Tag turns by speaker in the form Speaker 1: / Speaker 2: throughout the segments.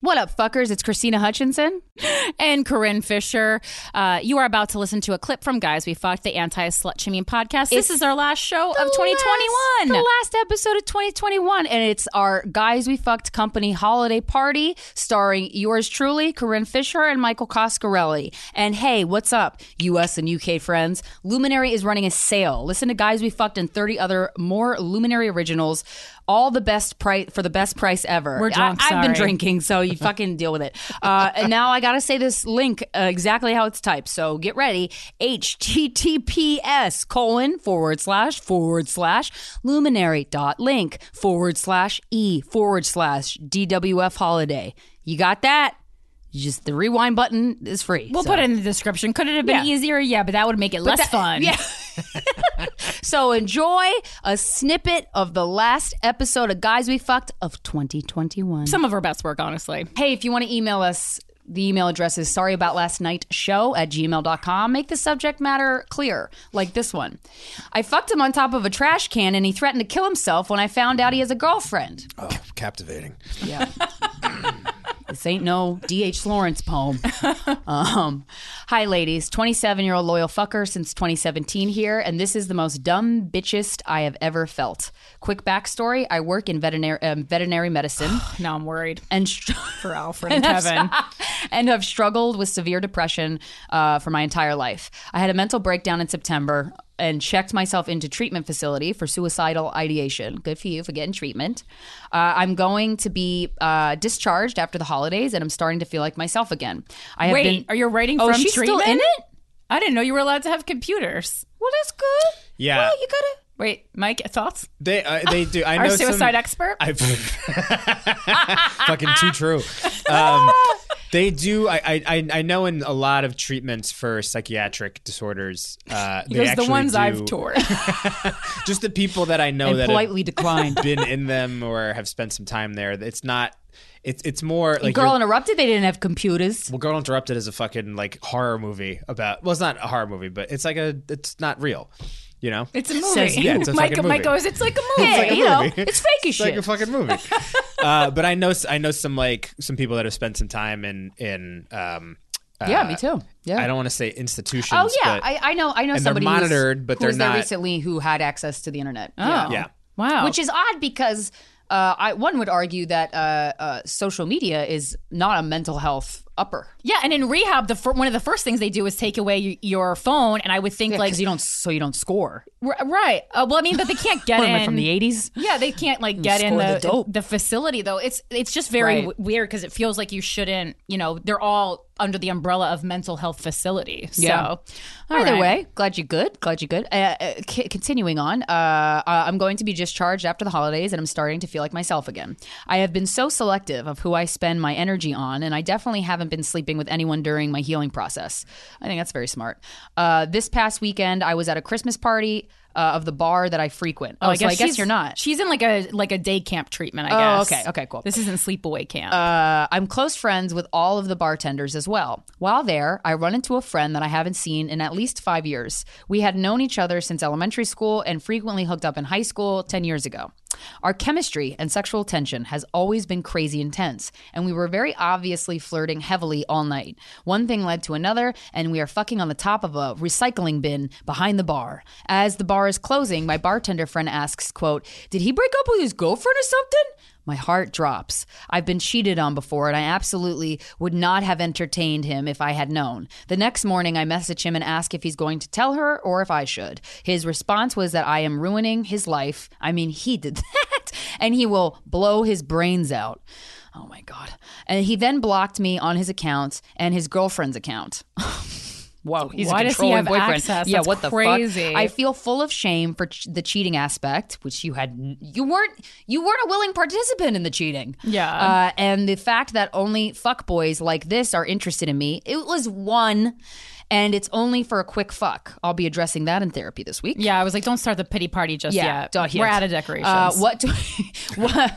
Speaker 1: What up, fuckers? It's Christina Hutchinson and Corinne Fisher. Uh, you are about to listen to a clip from Guys We Fucked, the anti slut shaming podcast. this
Speaker 2: It's
Speaker 1: is our last show of
Speaker 2: the
Speaker 1: 2021.
Speaker 2: last- the last episode of 2021, and it's our Guys We Fucked Company holiday party starring yours truly, Corinne Fisher and Michael Coscarelli. And hey, what's up, US and UK friends? Luminary is running a sale. Listen to Guys We Fucked and 30 other more Luminary originals, all the best price for the best price ever.
Speaker 1: We're drunk,
Speaker 2: I, have been
Speaker 1: sorry.
Speaker 2: drinking, so you fucking deal with it. Uh, and now I gotta say this link uh, exactly how it's typed. So get ready: https colon forward slash forward slash luminary dot link forward slash e forward slash dwf holiday. You got that? Just the rewind button is free.
Speaker 1: We'll
Speaker 2: So-
Speaker 1: put it in the description. Could it have been
Speaker 2: Yeah.
Speaker 1: easier? Yeah, but that would make it less
Speaker 2: that-
Speaker 1: fun.
Speaker 2: yeah. So enjoy a snippet of the last episode of Guys We Fucked of 2021.
Speaker 1: Some of our best work, honestly.
Speaker 2: Hey, if you want to email us, the email address is sorry about last night show at gmail.com. Make the subject matter clear, like this one. I fucked him on top of a trash can and he threatened to kill himself when I found out he has a girlfriend.
Speaker 3: Oh, captivating.
Speaker 2: Yeah. this ain't no D.H. Lawrence poem. Um, hi, ladies. 27 year old loyal fucker since 2017 here, and this is the most dumb bitchest I have ever felt. Quick backstory I work in veterinary, um, veterinary medicine
Speaker 1: Now I'm worried
Speaker 2: and. Str-
Speaker 1: for Alfred and Kevin.
Speaker 2: and have struggled with severe depression uh, for my entire life. I had a mental breakdown in September and checked myself into treatment facility for suicidal ideation. Good for you for getting treatment. Uh, I'm going to be uh, discharged after the holidays, and I'm starting to feel like myself again. I have
Speaker 1: Wait,
Speaker 2: been-
Speaker 1: are you writing
Speaker 2: Oh,
Speaker 1: from
Speaker 2: she's
Speaker 1: treatment?
Speaker 2: still in it?
Speaker 1: I didn't know you were allowed to have computers.
Speaker 2: Well, that's good.
Speaker 3: Yeah.
Speaker 2: Well, you gotta.
Speaker 1: Wait, Mike, thoughts?
Speaker 3: They uh, they do. I
Speaker 1: Our
Speaker 3: know
Speaker 1: suicide
Speaker 3: some,
Speaker 1: expert?
Speaker 3: I, fucking too true. Um, they do. I, I- I I know in a lot of treatments for psychiatric disorders. Uh, they
Speaker 1: Because the
Speaker 3: actually
Speaker 1: ones
Speaker 3: do-
Speaker 1: I've toured.
Speaker 3: Just the people that I know
Speaker 2: And
Speaker 3: that
Speaker 2: politely
Speaker 3: have
Speaker 2: declined.
Speaker 3: been in them or have spent some time there. It's not. It's it's more like
Speaker 2: Girl
Speaker 3: you're-
Speaker 2: interrupted. They didn't have computers.
Speaker 3: Well, Girl Interrupted is a fucking like horror movie about. Well, it's not a horror movie, but it's like a. It's not real. You know.
Speaker 1: It's a movie.
Speaker 3: Says you. Yeah, it's a
Speaker 1: Mike,
Speaker 3: fucking
Speaker 1: Mike
Speaker 3: movie.
Speaker 1: goes, it's like a movie.
Speaker 2: Yeah,
Speaker 3: like a
Speaker 2: you know,
Speaker 3: movie.
Speaker 2: it's fake as
Speaker 3: It's like
Speaker 2: shit.
Speaker 3: a fucking movie. uh, but I know I know some like some people that have spent some time in in. Um,
Speaker 2: yeah,
Speaker 3: uh,
Speaker 2: me too. Yeah.
Speaker 3: I don't want to say institutions.
Speaker 2: Oh yeah,
Speaker 3: but-
Speaker 2: I, I know. I know
Speaker 3: and they're
Speaker 2: somebody who's-
Speaker 3: monitored, but
Speaker 2: who was
Speaker 3: they're
Speaker 2: there
Speaker 3: not-
Speaker 2: recently who had access to the internet. Oh,
Speaker 3: yeah.
Speaker 1: Wow.
Speaker 2: which is odd because uh, I one would argue that uh, uh, social media is not a mental health upper.
Speaker 1: Yeah, and in rehab, the fir- one of the first things they do is take away y- your phone, and I would think like,
Speaker 2: Because you don't, so you don't score.
Speaker 1: r- right? Uh, well, I mean, but they can't get
Speaker 2: What am
Speaker 1: in
Speaker 2: I from the '80s?
Speaker 1: Yeah, they can't like get in
Speaker 2: Score
Speaker 1: the
Speaker 2: the dope.
Speaker 1: the facility though. It's it's just very
Speaker 2: Right.
Speaker 1: w- weird because it feels like you shouldn't. You know, they're all under the umbrella of mental health facility. So
Speaker 2: Yeah.
Speaker 1: All
Speaker 2: Either
Speaker 1: right.
Speaker 2: way, glad you're good. Glad you're good. Uh, uh, c- continuing on, uh, uh, I'm going to be discharged after the holidays, and I'm starting to feel like myself again. I have been so selective of who I spend my energy on, and I definitely haven't been sleeping with anyone during my healing process. I think that's very smart. Uh, this past weekend, I was at a Christmas party uh, of the bar that I frequent. Oh, so I guess
Speaker 1: she's-
Speaker 2: you're not.
Speaker 1: She's in like a like a day camp treatment. I
Speaker 2: Oh,
Speaker 1: guess.
Speaker 2: okay, okay, cool.
Speaker 1: This isn't sleepaway camp.
Speaker 2: Uh, I'm close friends with all of the bartenders as well. While there, I run into a friend that I haven't seen in at least five years. We had known each other since elementary school and frequently hooked up in high school 10 years ago. Our chemistry and sexual tension has always been crazy intense, and we were very obviously flirting heavily all night. One thing led to another, and we are fucking on the top of a recycling bin behind the bar. As the bar is closing, my bartender friend asks, quote, "Did he break up with his girlfriend or something?" My heart drops. I've been cheated on before, and I absolutely would not have entertained him if I had known. The next morning, I message him and ask if he's going to tell her or if I should. His response was that I am ruining his life. I mean, he did that, and he will blow his brains out. Oh my God. And he then blocked me on his account and his girlfriend's account. Whoa, he's
Speaker 1: Why
Speaker 2: a
Speaker 1: does he
Speaker 2: controlling
Speaker 1: have
Speaker 2: boyfriend.
Speaker 1: access?
Speaker 2: Yeah,
Speaker 1: That's
Speaker 2: what the
Speaker 1: crazy.
Speaker 2: fuck? I feel full of shame for ch- the cheating aspect, which you had you weren't you weren't a willing participant in the cheating.
Speaker 1: Yeah.
Speaker 2: uh, and the fact that only fuck boys like this are interested in me. It was one, and it's only for a quick fuck. I'll be addressing that in therapy this week.
Speaker 1: Yeah, I was like, don't start the pity party just
Speaker 2: Yeah,
Speaker 1: yet.
Speaker 2: don't- yeah.
Speaker 1: We're out of decorations.
Speaker 2: Uh, what do what?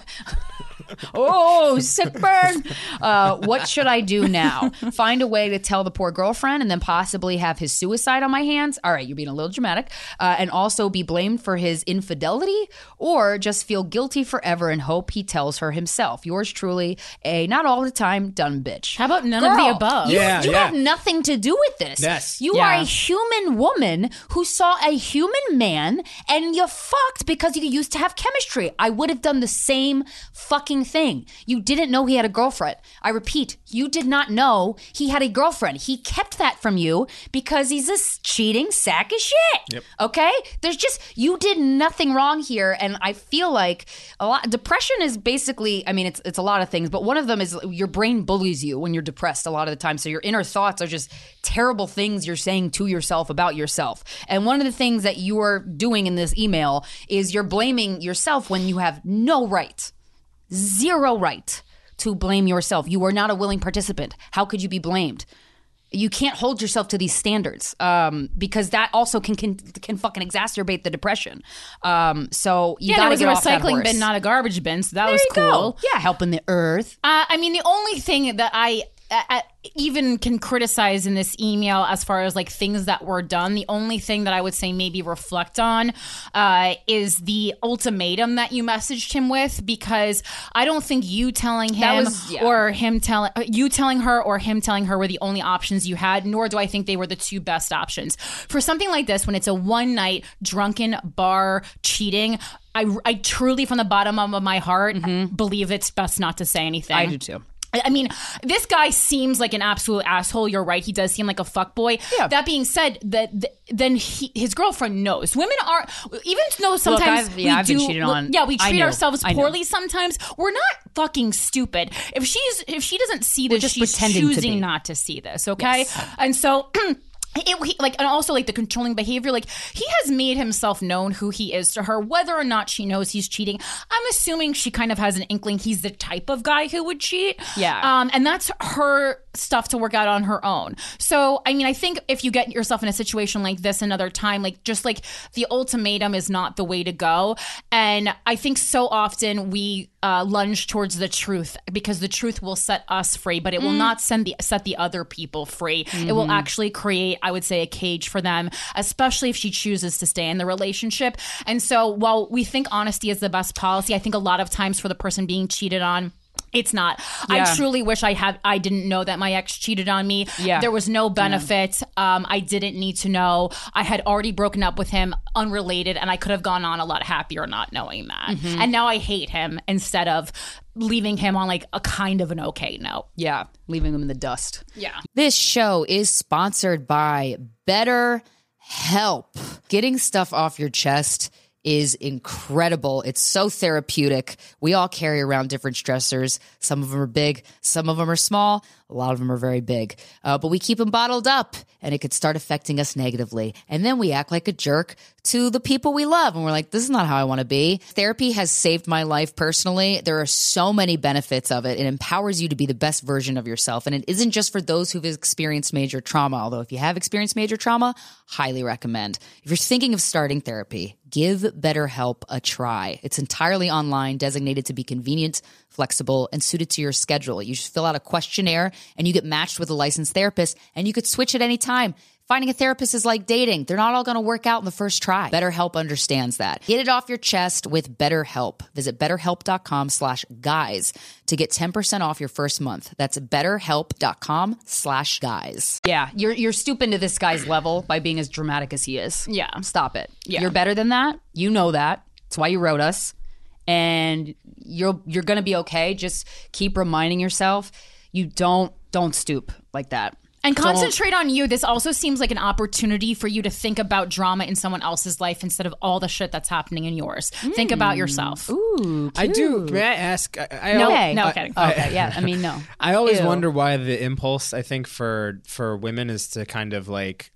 Speaker 2: oh, sick burn. Uh, what should I do now? Find a way to tell the poor girlfriend and then possibly have his suicide on my hands. All right, you're being a little dramatic. Uh, and also be blamed for his infidelity or just feel guilty forever and hope he tells her himself. Yours truly, a not all the time dumb bitch.
Speaker 1: How about none of the
Speaker 2: Girl,
Speaker 1: above?
Speaker 2: You,
Speaker 3: Yeah,
Speaker 2: you
Speaker 3: yeah.
Speaker 2: have nothing to do with this.
Speaker 3: Yes.
Speaker 2: You
Speaker 1: Yeah.
Speaker 2: are a human woman who saw a human man and you fucked because you used to have chemistry. I would have done the same fucking thing. You didn't know he had a girlfriend. I repeat, you did not know he had a girlfriend. He kept that from you because he's a s- cheating sack of shit. Okay? There's just, you did nothing wrong here. And I feel like a lot, depression is basically, I mean, it's, it's a lot of things, but one of them is your brain bullies you when you're depressed a lot of the time. So your inner thoughts are just terrible things you're saying to yourself about yourself. And one of the things that you are doing in this email is you're blaming yourself when you have no right, zero right to blame yourself. You are not a willing participant. How could you be blamed? You can't hold yourself to these standards um, because that also can, can can fucking exacerbate the depression. Um, so you
Speaker 1: Yeah, there
Speaker 2: gotta
Speaker 1: was a
Speaker 2: get off that
Speaker 1: recycling
Speaker 2: horse.
Speaker 1: bin, not a garbage bin, so that was
Speaker 2: There you go.
Speaker 1: cool.
Speaker 2: Yeah, helping the earth.
Speaker 1: Uh, I mean, the only thing that I. Uh, even can criticize in this email as far as like things that were done. The only thing that I would say maybe reflect on uh, is the ultimatum that you messaged him with because I don't think you telling
Speaker 2: That
Speaker 1: him
Speaker 2: was- yeah.
Speaker 1: or him telling uh, you telling her or him telling her were the only options you had. Nor do I think they were the two best options for something like this when it's a one night drunken bar cheating. I, I truly, from the bottom of my heart, believe it's best not to say anything.
Speaker 2: Mm-hmm. I do too.
Speaker 1: I I mean, this guy seems like an absolute asshole. You're right; he does seem like a fuckboy.
Speaker 2: Yeah.
Speaker 1: That being said, that th- then he, his girlfriend knows. Women are even though sometimes
Speaker 2: I've-
Speaker 1: we
Speaker 2: yeah, I've been
Speaker 1: do-
Speaker 2: cheated on.
Speaker 1: Yeah, we
Speaker 2: I
Speaker 1: treat
Speaker 2: know.
Speaker 1: ourselves
Speaker 2: I know.
Speaker 1: poorly sometimes. We're not fucking stupid. If she's if she doesn't see this,
Speaker 2: just
Speaker 1: she's
Speaker 2: pretending to
Speaker 1: choosing
Speaker 2: be.
Speaker 1: not to see this. Okay, and so. It, he- like and also like the controlling behavior like he has made himself known who he is to her whether or not she knows he's cheating i'm assuming she kind of has an inkling he's the type of guy who would cheat
Speaker 2: Yeah.
Speaker 1: um and that's her stuff to work out on her own so i mean i think if you get yourself in a situation like this another time like just like the ultimatum is not the way to go and i think so often we uh, lunge towards the truth because the truth will set us free but it will not send the set the other people free it will actually create i would say a cage for them especially if she chooses to stay in the relationship and so while we think honesty is the best policy i think a lot of times for the person being cheated on it's not.
Speaker 2: Yeah.
Speaker 1: I truly wish I had. I didn't know that my ex cheated on me.
Speaker 2: Yeah.
Speaker 1: There was no benefit. Um, I didn't need to know. I had already broken up with him, unrelated, and I could have gone on a lot happier not knowing that.
Speaker 2: Mm-hmm.
Speaker 1: And now I hate him instead of leaving him on like a kind of an okay note.
Speaker 2: Yeah, leaving them in the dust.
Speaker 1: Yeah.
Speaker 2: This show is sponsored by Better Help. Getting stuff off your chest is incredible. It's so therapeutic. We all carry around different stressors. Some of them are big, some of them are small, a lot of them are very big. Uh, but we keep them bottled up and it could start affecting us negatively. And then we act like a jerk to the people we love. And we're like, this is not how I want to be. Therapy has saved my life personally. There are so many benefits of it. It empowers you to be the best version of yourself. And it isn't just for those who've experienced major trauma, although if you have experienced major trauma, highly recommend. If you're thinking of starting therapy, give BetterHelp a try. It's entirely online, designated to be convenient, flexible, and suited to your schedule. You just fill out a questionnaire and you get matched with a licensed therapist, and you could switch at any time. Finding a therapist is like dating. They're not all going to work out in the first try. BetterHelp understands that. Get it off your chest with BetterHelp. Visit betterhelp.com slash guys to get 10% off your first month. That's betterhelp.com slash guys. Yeah, you're, you're stooped into this guy's level by being as dramatic as he is.
Speaker 1: Yeah.
Speaker 2: Stop it.
Speaker 1: Yeah.
Speaker 2: You're better than that. You know that. That's why you wrote us. And you're you're gonna be okay. Just keep reminding yourself you don't don't stoop like that.
Speaker 1: And concentrate on you. This also seems like an opportunity for you to think about drama in someone else's life instead of all the shit that's happening in yours. Think
Speaker 2: Mm.
Speaker 1: about yourself.
Speaker 4: Ooh,
Speaker 3: I do. May I ask? I, I
Speaker 1: No,
Speaker 3: al-
Speaker 4: Okay.
Speaker 1: no
Speaker 3: I-
Speaker 1: kidding.
Speaker 3: I-
Speaker 4: Okay, yeah. I mean, no.
Speaker 3: I always
Speaker 4: Ew.
Speaker 3: wonder why the impulse I think for for women is to kind of like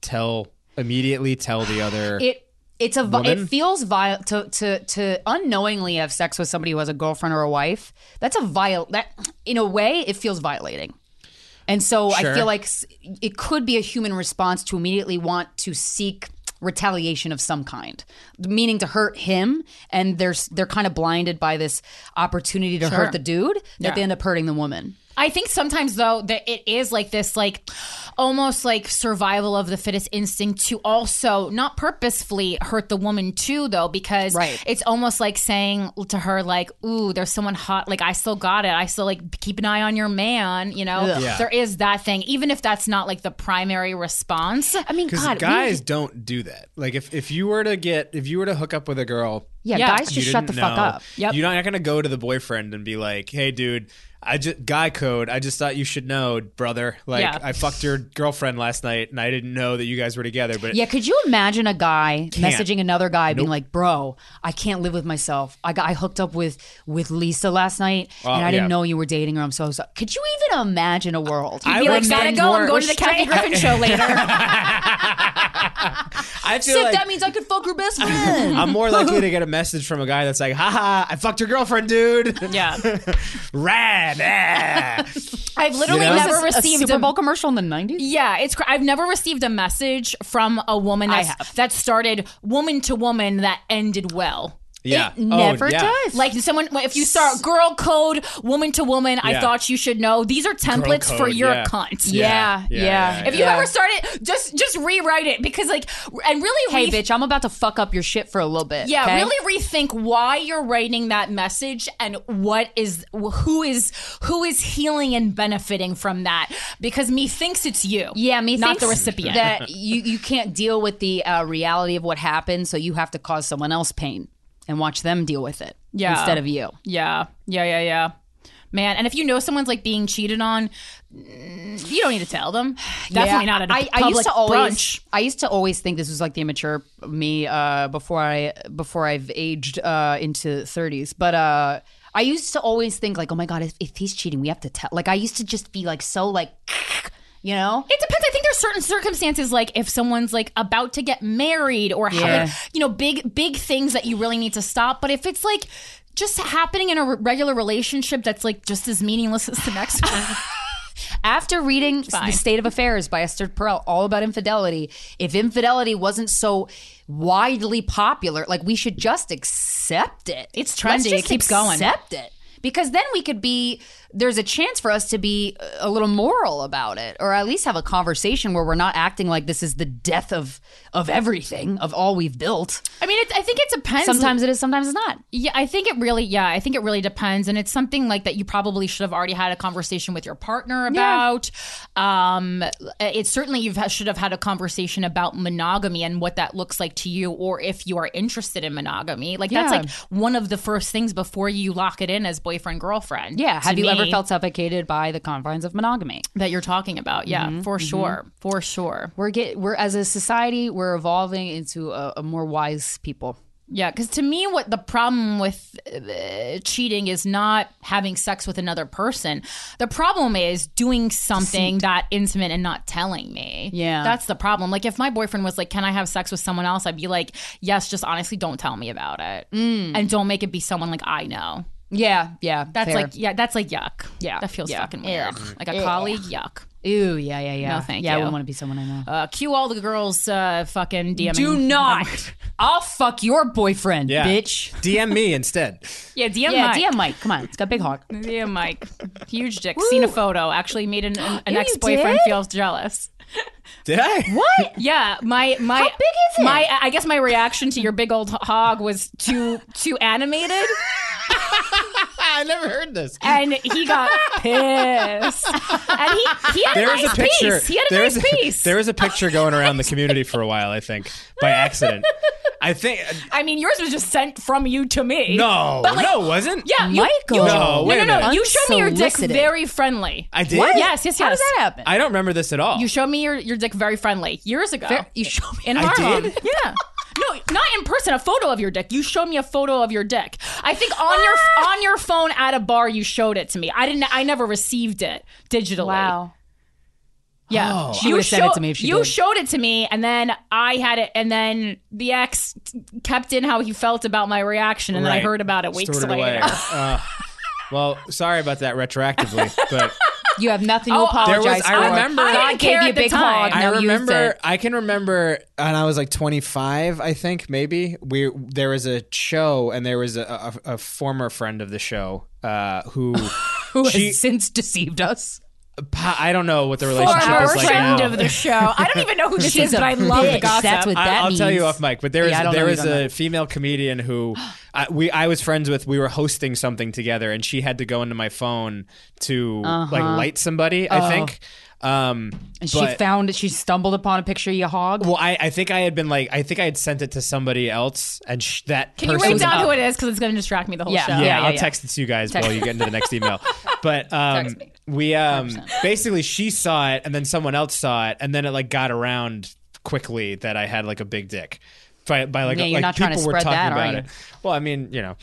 Speaker 3: tell immediately tell the other.
Speaker 4: It it's a vi-
Speaker 3: Woman?
Speaker 4: it feels vile to to to unknowingly have sex with somebody who has a girlfriend or a wife. That's a viol that in a way it feels violating. And so I
Speaker 3: Sure.
Speaker 4: feel like s- it could be a human response to immediately want to seek retaliation of some kind, meaning to hurt him, and they're s- they're kind of blinded by this opportunity to hurt the dude that they end up hurting the woman.
Speaker 1: I think sometimes though that it is like this like almost like survival of the fittest instinct to also not purposefully hurt the woman too though because
Speaker 4: Right.
Speaker 1: it's almost like saying to her like ooh there's someone hot like I still got it I still like keep an eye on your man you know
Speaker 4: Ugh.
Speaker 3: Yeah.
Speaker 1: there is that thing even if that's not like the primary response
Speaker 4: I mean,
Speaker 3: Because
Speaker 4: God, we-
Speaker 3: guys don't do that. Like if, if you were to get if you were to hook up with a girl,
Speaker 4: yeah,
Speaker 1: Yeah.
Speaker 4: guys,
Speaker 3: you
Speaker 4: just shut the
Speaker 3: didn't
Speaker 4: fuck
Speaker 3: know,
Speaker 4: up.
Speaker 1: Yep.
Speaker 3: You're not gonna go to the boyfriend and be like, "Hey, dude, I just guy code. I just thought you should know, brother. Like
Speaker 1: Yeah.
Speaker 3: I fucked your girlfriend last night, and I didn't know that you guys were together." But
Speaker 4: Yeah, could you imagine a guy
Speaker 3: Can't.
Speaker 4: messaging another guy being like, "Bro, I can't live with myself. I got I hooked up with with Lisa last night, and I
Speaker 3: yeah.
Speaker 4: didn't know you were dating her. I'm so sorry." Could you even imagine a world?
Speaker 3: I
Speaker 1: be like
Speaker 3: would
Speaker 1: gotta
Speaker 3: make
Speaker 1: go I'm
Speaker 3: more-
Speaker 1: going to the Kathy Griffin show later
Speaker 3: I feel
Speaker 4: Sick,
Speaker 3: like
Speaker 4: that means I could fuck her best friend.
Speaker 3: I'm more likely to get a message from a guy that's like, "Haha, I fucked your girlfriend, dude.
Speaker 1: yeah
Speaker 3: Rad." eh."
Speaker 1: I've literally
Speaker 3: You know?
Speaker 1: never
Speaker 4: a
Speaker 1: received
Speaker 4: Super
Speaker 1: a-
Speaker 4: Bowl commercial in the '90s.
Speaker 1: Yeah, it's. Cr- I've never received a message from a woman
Speaker 4: I
Speaker 1: that's, that started woman to woman that ended well.
Speaker 3: yeah,
Speaker 4: It never
Speaker 3: oh, yeah.
Speaker 4: does.
Speaker 1: Like someone, if you start girl code, woman to woman, I
Speaker 3: Yeah.
Speaker 1: thought you should know. These are templates for
Speaker 3: code,
Speaker 1: your
Speaker 3: yeah.
Speaker 1: cunt.
Speaker 4: yeah,
Speaker 3: Yeah,
Speaker 4: yeah.
Speaker 3: yeah, yeah,
Speaker 1: If you ever start it, just just rewrite it because like, and really,
Speaker 4: hey,
Speaker 1: reth-
Speaker 4: bitch, I'm about to fuck up your shit for a little bit.
Speaker 1: Yeah,
Speaker 4: okay?
Speaker 1: really rethink why you're writing that message and what is who is who is healing and benefiting from that because me thinks it's you.
Speaker 4: Yeah, me
Speaker 1: not
Speaker 4: thinks
Speaker 1: the recipient.
Speaker 4: that you you can't deal with the uh, reality of what happened, so you have to cause someone else pain and watch them deal with it
Speaker 1: Yeah.
Speaker 4: instead of you.
Speaker 1: Yeah, yeah, yeah, yeah. Man, and if you know someone's like being cheated on, mm, you don't need to tell them. Definitely not at a
Speaker 4: I-
Speaker 1: public
Speaker 4: I used to always,
Speaker 1: brunch.
Speaker 4: I used to always think this was like the immature me uh, before I before I've aged uh, into thirties. But uh, I used to always think like, oh my god, if, if he's cheating, we have to tell. Like I used to just be like so like, you know,
Speaker 1: It depends. I think there's certain circumstances, like if someone's like about to get married or ha- like,
Speaker 4: Yeah.
Speaker 1: you know, big big things that you really need to stop. But if it's like just happening in a re- regular relationship that's like just as meaningless as the next one.
Speaker 4: After reading The State of Affairs by Esther Perel, all about infidelity, if infidelity wasn't so widely popular, like we should just accept it.
Speaker 1: It's trendy.
Speaker 4: Let's just
Speaker 1: It keeps going.
Speaker 4: Accept it. Because then we could be, there's a chance for us to be a little moral about it, or at least have a conversation where we're not acting like this is the death of of everything, of all we've built.
Speaker 1: I mean, it, I think it depends.
Speaker 4: Sometimes it is, sometimes it's not.
Speaker 1: Yeah, I think it really. Yeah, I think it really depends, and it's something like that you probably should have already had a conversation with your partner about. Um, it certainly you should have had a conversation about monogamy and what that looks like to you, or if you are interested in monogamy. Like that's
Speaker 4: Yeah.
Speaker 1: like one of the first things before you lock it in as boyfriend girlfriend.
Speaker 4: Yeah.
Speaker 1: to
Speaker 4: Have you ever
Speaker 1: me,
Speaker 4: felt suffocated by the confines of monogamy?
Speaker 1: that you're talking about? Yeah,
Speaker 4: Mm-hmm,
Speaker 1: for sure, for sure.
Speaker 4: We're get we're as a society we're evolving into a, a more wise people.
Speaker 1: Yeah, because to me, what the problem with uh, cheating is not having sex with another person. The problem is doing something that intimate and not telling me.
Speaker 4: Yeah.
Speaker 1: that's the problem. Like, if my boyfriend was like, "Can I have sex with someone else?" I'd be like, "Yes, just honestly, don't tell me about it,
Speaker 4: Mm.
Speaker 1: and don't make it be someone like I know."
Speaker 4: Yeah, yeah.
Speaker 1: That's like, yeah, that's like yuck.
Speaker 4: Yeah,
Speaker 1: that feels
Speaker 4: yeah.
Speaker 1: fucking weird. Like a colleague, yuck.
Speaker 4: ooh, yeah, yeah, yeah.
Speaker 1: No, thank
Speaker 4: yeah, I
Speaker 1: you.
Speaker 4: wouldn't want to be someone I know.
Speaker 1: Uh, cue all the girls, uh, fucking DMing.
Speaker 4: Do not. I'll fuck your boyfriend,
Speaker 3: Yeah.
Speaker 4: bitch.
Speaker 3: DM me instead.
Speaker 1: yeah, DM
Speaker 4: Yeah,
Speaker 1: Mike.
Speaker 4: DM Mike. Come on, it's got big hog.
Speaker 1: Yeah, Mike. Huge dick. Seen a photo. Actually made an, an, an
Speaker 4: you
Speaker 1: ex boyfriend
Speaker 4: did?
Speaker 1: feel jealous.
Speaker 3: Did I?
Speaker 4: What?
Speaker 1: Yeah, my my. How big
Speaker 4: is it?
Speaker 1: My I guess my reaction to your big old hog was too too animated,
Speaker 3: I never heard this.
Speaker 1: and he got pissed. And he he had
Speaker 3: There
Speaker 1: a
Speaker 3: is
Speaker 1: nice
Speaker 3: a picture.
Speaker 1: piece. He had a
Speaker 3: there is
Speaker 1: nice
Speaker 3: a-
Speaker 1: piece.
Speaker 3: There is a picture going around the community for a while, I think, by accident. I think uh,
Speaker 1: I mean, yours was just sent from you to me.
Speaker 3: no,
Speaker 1: But, like,
Speaker 3: no, it wasn't.
Speaker 1: Yeah, you-
Speaker 4: Michael.
Speaker 1: You,
Speaker 4: No,
Speaker 3: wait
Speaker 1: no,
Speaker 3: a
Speaker 1: no,
Speaker 3: minute.
Speaker 1: You showed me your dick
Speaker 4: Unsolicited.
Speaker 1: very friendly.
Speaker 3: I did.
Speaker 1: Yes, yes, yes.
Speaker 4: How does that happen?
Speaker 3: I don't remember this at all.
Speaker 1: You showed me your, your dick very friendly years ago.
Speaker 4: you show me.
Speaker 1: in
Speaker 3: I
Speaker 1: Harlem.
Speaker 3: did?
Speaker 1: Yeah. No, not in person. A photo of your dick. You showed me a photo of your dick. I think on your on your phone at a bar, you showed it to me. I didn't. I never received it digitally.
Speaker 4: Wow.
Speaker 1: Yeah,
Speaker 3: Oh.
Speaker 4: She would've sent it
Speaker 1: show-
Speaker 4: to me if she
Speaker 1: You
Speaker 4: did.
Speaker 1: showed it to me, and then I had it, and then the ex t- kept in how he felt about my reaction, and then I
Speaker 3: Right.
Speaker 1: heard about it weeks
Speaker 3: Stored it
Speaker 1: later.
Speaker 3: away. Uh, well, sorry about that retroactively, but
Speaker 4: You have nothing to
Speaker 1: Oh,
Speaker 4: apologize
Speaker 3: there was.
Speaker 4: for.
Speaker 3: I remember.
Speaker 1: I
Speaker 4: God
Speaker 1: didn't
Speaker 4: gave
Speaker 1: care
Speaker 4: you a
Speaker 1: at the
Speaker 4: big
Speaker 1: time.
Speaker 4: hog.
Speaker 3: I
Speaker 4: Now use
Speaker 3: remember.
Speaker 4: it.
Speaker 3: I can remember, and I was like 25, I think, maybe. We there was a show, and there was a, a, a former friend of the show uh, who,
Speaker 4: who has
Speaker 3: she-
Speaker 4: since deceived us.
Speaker 3: pa- I don't know what the relationship
Speaker 1: Former
Speaker 3: is like
Speaker 1: friend
Speaker 3: now.
Speaker 1: of the show. I don't even know who this
Speaker 4: She's
Speaker 1: is, but
Speaker 4: a
Speaker 1: I love the
Speaker 4: bitch.
Speaker 1: gossip.
Speaker 4: That's what- that
Speaker 3: I, will tell
Speaker 4: means-
Speaker 3: you off mic, but there was
Speaker 4: Yeah, I don't know,
Speaker 3: there
Speaker 4: you
Speaker 3: was
Speaker 4: don't know.
Speaker 3: a female comedian who I, we I was friends with. We were hosting something together, and she had to go into my phone to like light somebody. I think. Um,
Speaker 4: Uh-huh. Oh. And she
Speaker 3: but-
Speaker 4: found it. She stumbled upon a picture of you hog.
Speaker 3: Well, I, I think I had been like I think I had sent it to somebody else, and sh- that
Speaker 1: Can you
Speaker 3: person.
Speaker 1: write down
Speaker 4: up.
Speaker 1: who it is? Because it's going to distract me the whole
Speaker 4: Yeah.
Speaker 1: show.
Speaker 3: yeah,
Speaker 4: yeah,
Speaker 3: I'll
Speaker 4: yeah.
Speaker 3: text it to you guys while you get into the next email. But um, we um, basically she saw it, and then someone else saw it, and then it like got around quickly that I had like a big dick. By, by like,
Speaker 4: Yeah,
Speaker 3: like
Speaker 4: you're not
Speaker 3: people
Speaker 4: trying to
Speaker 3: were
Speaker 4: spread
Speaker 3: talking
Speaker 4: that, are
Speaker 3: about
Speaker 4: you?
Speaker 3: it. Well, I mean, you know.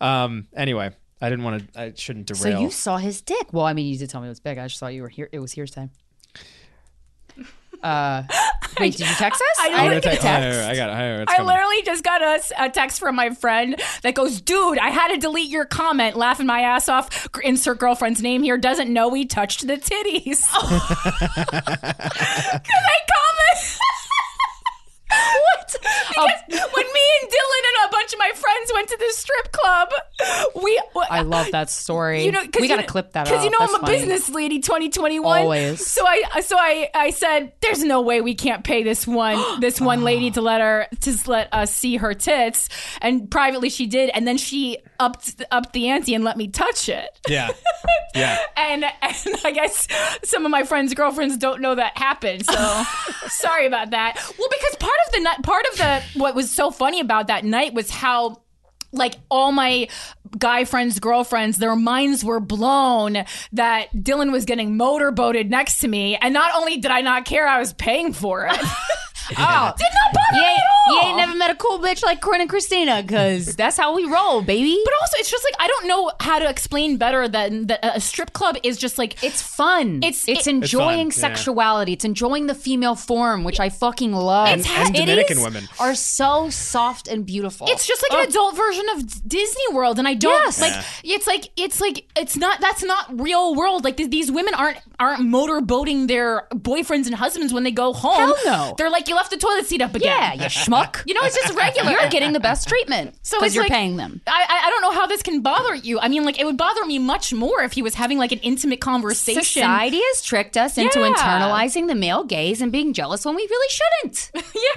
Speaker 3: Um, anyway, I didn't want to. I shouldn't
Speaker 4: So
Speaker 3: derail.
Speaker 4: you saw his dick. Well, I mean, you did tell me it was big. I just thought you were here. It was hearsay. Uh, wait, did you text us?
Speaker 1: I don't
Speaker 3: I'm
Speaker 1: wanna get
Speaker 3: gonna
Speaker 1: a
Speaker 3: text- oh, yeah, yeah, I got it. Oh, yeah, it's
Speaker 1: I
Speaker 3: coming.
Speaker 1: literally just got a, s- a text from my friend that goes, "Dude, I had to delete your comment. Laughing my ass off. Gr- Insert girlfriend's name here. Doesn't know we touched the titties." Because I comment. What? Because when me and Dylan and a bunch of my friends went to the strip club, we
Speaker 4: I love that story.
Speaker 1: you know, 'cause
Speaker 4: we
Speaker 1: you
Speaker 4: gotta
Speaker 1: kn-
Speaker 4: clip that
Speaker 1: because you
Speaker 4: up.
Speaker 1: know
Speaker 4: That's
Speaker 1: I'm a
Speaker 4: funny.
Speaker 1: business lady, 2021.
Speaker 4: Always.
Speaker 1: So I, so I, I said, there's no way we can't pay this one, this one
Speaker 4: Ah.
Speaker 1: lady to let her, to s- let us see her tits, and privately she did, and then she upped, upped the ante and let me touch it.
Speaker 3: Yeah, yeah.
Speaker 1: And, and I guess some of my friends' girlfriends don't know that happened. So sorry about that. Well, because part of the night, part of the what was so funny about that night was how. Like all my guy friends, girlfriends, their minds were blown that Dylan was getting motorboated next to me. And not only did I not care, I was paying for it.
Speaker 4: Oh,
Speaker 1: did not bother
Speaker 4: you
Speaker 1: me
Speaker 4: ain't,
Speaker 1: at
Speaker 4: you
Speaker 1: all.
Speaker 4: ain't never met a cool bitch like Corinne and Christina, cause that's how we roll, baby.
Speaker 1: but also, it's just like, I don't know how to explain better than that a strip club is just like,
Speaker 4: It's fun.
Speaker 1: It's-
Speaker 4: it's
Speaker 1: it-
Speaker 4: enjoying
Speaker 3: It's fun, yeah.
Speaker 4: sexuality. It's enjoying the female form, which I fucking love.
Speaker 3: And- and Dominican women.
Speaker 4: are so soft and beautiful.
Speaker 1: It's just like an adult version of Disney World, and I don't
Speaker 4: Oh. Yes.
Speaker 1: like. It's like it's like it's not. That's not real world. Like th- these women aren't aren't motorboating their boyfriends and husbands when they go home.
Speaker 4: Hell no.
Speaker 1: They're like you left the toilet seat up again.
Speaker 4: yeah, you schmuck.
Speaker 1: You know, it's just regular.
Speaker 4: You're getting the best treatment
Speaker 1: So
Speaker 4: because
Speaker 1: it's
Speaker 4: you're
Speaker 1: like-
Speaker 4: paying them.
Speaker 1: I, I I don't know how this can bother you. I mean, like it would bother me much more if he was having like an intimate conversation.
Speaker 4: Society has tricked us into
Speaker 1: Yeah.
Speaker 4: internalizing the male gaze and being jealous when we really shouldn't.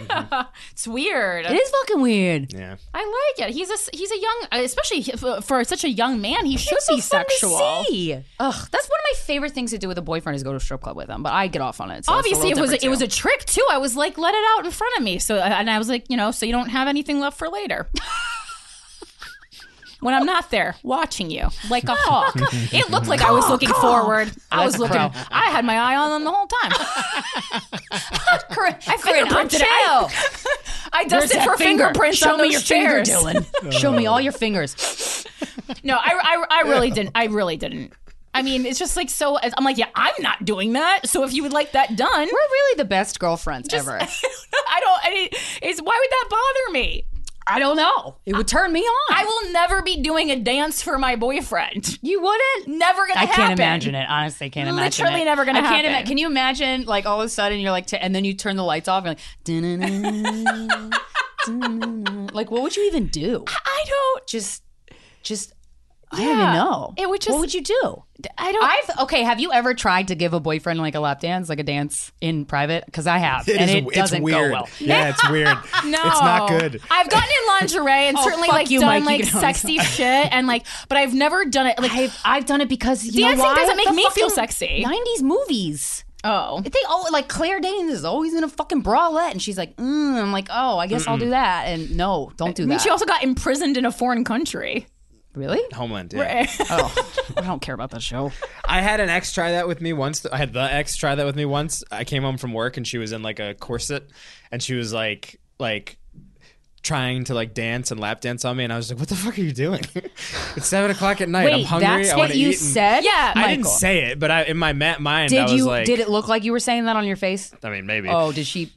Speaker 1: Yeah, it's weird.
Speaker 4: It is fucking weird.
Speaker 3: yeah.
Speaker 1: I like it. He's a s- he's a young, especially for, for such a young man. He should
Speaker 4: It's so
Speaker 1: be
Speaker 4: fun to
Speaker 1: sexual.
Speaker 4: see. Ugh, that's one of my favorite things to do with a boyfriend is go to a strip club with them. But I get off on it. so it's a
Speaker 1: obviously it
Speaker 4: little
Speaker 1: was a,
Speaker 4: different,
Speaker 1: it was
Speaker 4: too.
Speaker 1: a trick too. I was like, let it out in front of me. So uh, and I was like, you know, so you don't have anything left for later. when I'm not there watching you like a hawk. it looked like I was looking forward. I was
Speaker 4: That's
Speaker 1: looking.
Speaker 4: pro.
Speaker 1: I had my eye on them the whole time. I
Speaker 4: Corinne, I'm
Speaker 1: fingerprinted it. I, I dusted for fingerprints
Speaker 4: Show
Speaker 1: on
Speaker 4: me
Speaker 1: those
Speaker 4: your
Speaker 1: chairs.
Speaker 4: finger, Dylan. Show me all your fingers.
Speaker 1: No, I, I, I really didn't. I really didn't. I mean, it's just like so. I'm like, yeah, I'm not doing that. So if you would like that done,
Speaker 4: We're really the best girlfriends ever.
Speaker 1: I don't. I, it's why would that bother me?
Speaker 4: I don't know. It would turn me on.
Speaker 1: I will never be doing a dance for my boyfriend.
Speaker 4: you wouldn't.
Speaker 1: Never gonna
Speaker 4: I
Speaker 1: happen.
Speaker 4: can't imagine it. Honestly, can't imagine.
Speaker 1: Literally
Speaker 4: it.
Speaker 1: never gonna
Speaker 4: I can't
Speaker 1: happen.
Speaker 4: ima- can you imagine? Like all of a sudden, you're like, t- and then you turn the lights off. You're like, "Dun-dun-dun, dun-dun-dun." like what would you even do?
Speaker 1: I don't.
Speaker 4: Just, just. I don't even know.
Speaker 1: it would just-
Speaker 4: What would you do?
Speaker 1: I don't.
Speaker 4: I've okay. Have you ever tried to give a boyfriend like a lap dance, like a dance in private? Because I have, and
Speaker 3: is-
Speaker 4: it doesn't
Speaker 3: weird.
Speaker 4: go well.
Speaker 3: Yeah, it's weird.
Speaker 1: no,
Speaker 3: It's not good.
Speaker 1: I've gotten in lingerie and certainly
Speaker 4: oh, fuck
Speaker 1: like
Speaker 4: you, Mike.
Speaker 1: done
Speaker 4: You
Speaker 1: like
Speaker 4: can always-
Speaker 1: sexy shit and like, but I've never done it like.
Speaker 4: I've I've done it because you
Speaker 1: Dancing
Speaker 4: know why?
Speaker 1: doesn't make
Speaker 4: The
Speaker 1: me feel
Speaker 4: fucking
Speaker 1: sexy.
Speaker 4: Nineties movies.
Speaker 1: Oh.
Speaker 2: They all like Claire Danes is always in a fucking bralette, and she's like, mm, I'm like, oh, I guess I'll do that. And no, don't do
Speaker 1: I mean,
Speaker 2: that.
Speaker 1: she also got imprisoned in a foreign country.
Speaker 2: really?
Speaker 3: Homeland. Yeah.
Speaker 2: Oh, I don't care about that show.
Speaker 3: I had an ex try that with me once. I had the ex try that with me once. I came home from work and she was in like a corset, and she was like like trying to like dance and lap dance on me, and I was like, "What the fuck are you doing? it's seven o'clock at night. I'm
Speaker 2: Wait,
Speaker 3: hungry.
Speaker 2: that's
Speaker 3: I
Speaker 2: what
Speaker 3: want to eat."
Speaker 2: you
Speaker 3: and-
Speaker 2: said?
Speaker 1: Yeah,
Speaker 3: I didn't say it, but I, in my ma- mind, I
Speaker 2: Did
Speaker 3: was
Speaker 2: you?
Speaker 3: like,
Speaker 2: did it look like you were saying that on your face?
Speaker 3: I mean, maybe.
Speaker 2: Oh, did she?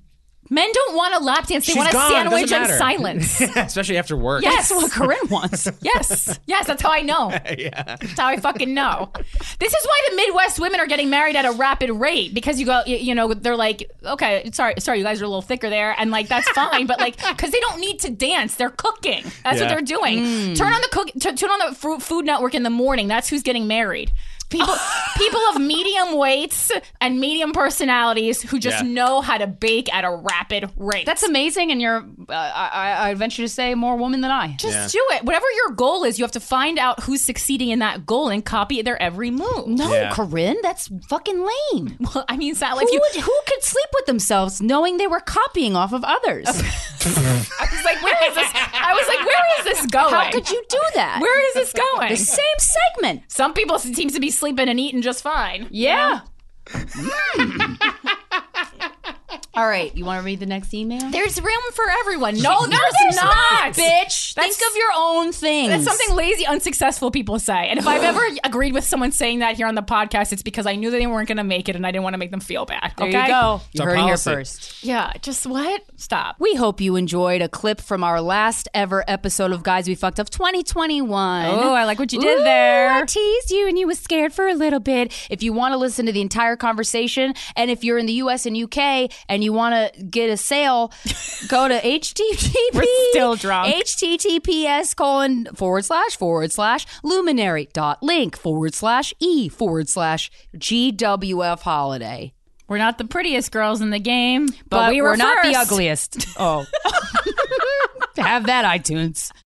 Speaker 1: Men don't want a lap dance. They
Speaker 3: She's
Speaker 1: want a
Speaker 3: gone, doesn't
Speaker 1: sandwich and
Speaker 3: matter.
Speaker 1: silence.
Speaker 3: Especially after work.
Speaker 1: Yes.
Speaker 2: That's what Corinne wants.
Speaker 1: yes. Yes. That's how I know.
Speaker 3: yeah.
Speaker 1: That's how I fucking know. This is why the Midwest women are getting married at a rapid rate because you go, you, you know, they're like, okay, sorry, sorry, you guys are a little thicker there, and like that's fine, but like because they don't need to dance, they're cooking. That's what
Speaker 3: Yeah.
Speaker 1: they're doing. Turn on the cook, t- turn on the Fru- Food Network in the morning. That's who's getting married. People, people of medium weights and medium personalities who just
Speaker 3: Yeah.
Speaker 1: know how to bake at a rapid rate.
Speaker 2: That's amazing, and you're, uh, I, I- I venture to say, more woman than I.
Speaker 1: just
Speaker 3: Yeah.
Speaker 1: do it. Whatever your goal is, you have to find out who's succeeding in that goal and copy their every move.
Speaker 2: no,
Speaker 3: Yeah.
Speaker 2: Corinne, that's fucking lame.
Speaker 1: Well, I mean, it's not like
Speaker 2: Who,
Speaker 1: you.
Speaker 2: would, who could sleep with themselves knowing they were copying off of others?
Speaker 1: I was like, where is this? I was like, where is this going?
Speaker 2: How could you do that?
Speaker 1: Where is this going?
Speaker 2: the same segment?
Speaker 1: Some people seem to be sleeping and eating just fine.
Speaker 2: Yeah. Hmm. All right, you want to read the next email?
Speaker 1: There's room for everyone. No, there's, not, bitch. That's,
Speaker 2: Think of your own things.
Speaker 1: that's something lazy, unsuccessful people say. And if I've ever agreed with someone saying that here on the podcast, it's because I knew they weren't going to make it, and I didn't want to make them feel bad.
Speaker 2: There
Speaker 1: okay?
Speaker 2: you go. You
Speaker 3: It's our
Speaker 2: heard it here
Speaker 3: policy.
Speaker 2: first.
Speaker 1: Yeah. Just what? Stop.
Speaker 2: We hope you enjoyed a clip from our last ever episode of Guys We Fucked Up 2021.
Speaker 1: Oh, I like what you did
Speaker 2: Ooh,
Speaker 1: there.
Speaker 2: I teased you and you was scared for a little bit. If you want to listen to the entire conversation, and if you're in the US and UK and you want to get a sale, go to HTTP.
Speaker 1: We're still drunk.
Speaker 2: HTTPS colon forward slash forward slash luminary dot link forward slash e forward slash GWF holiday.
Speaker 1: We're not the prettiest girls in the game, but,
Speaker 2: but, we were, not the
Speaker 1: first.
Speaker 2: ugliest. Oh. Have that iTunes.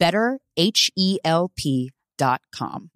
Speaker 2: betterhelp.com.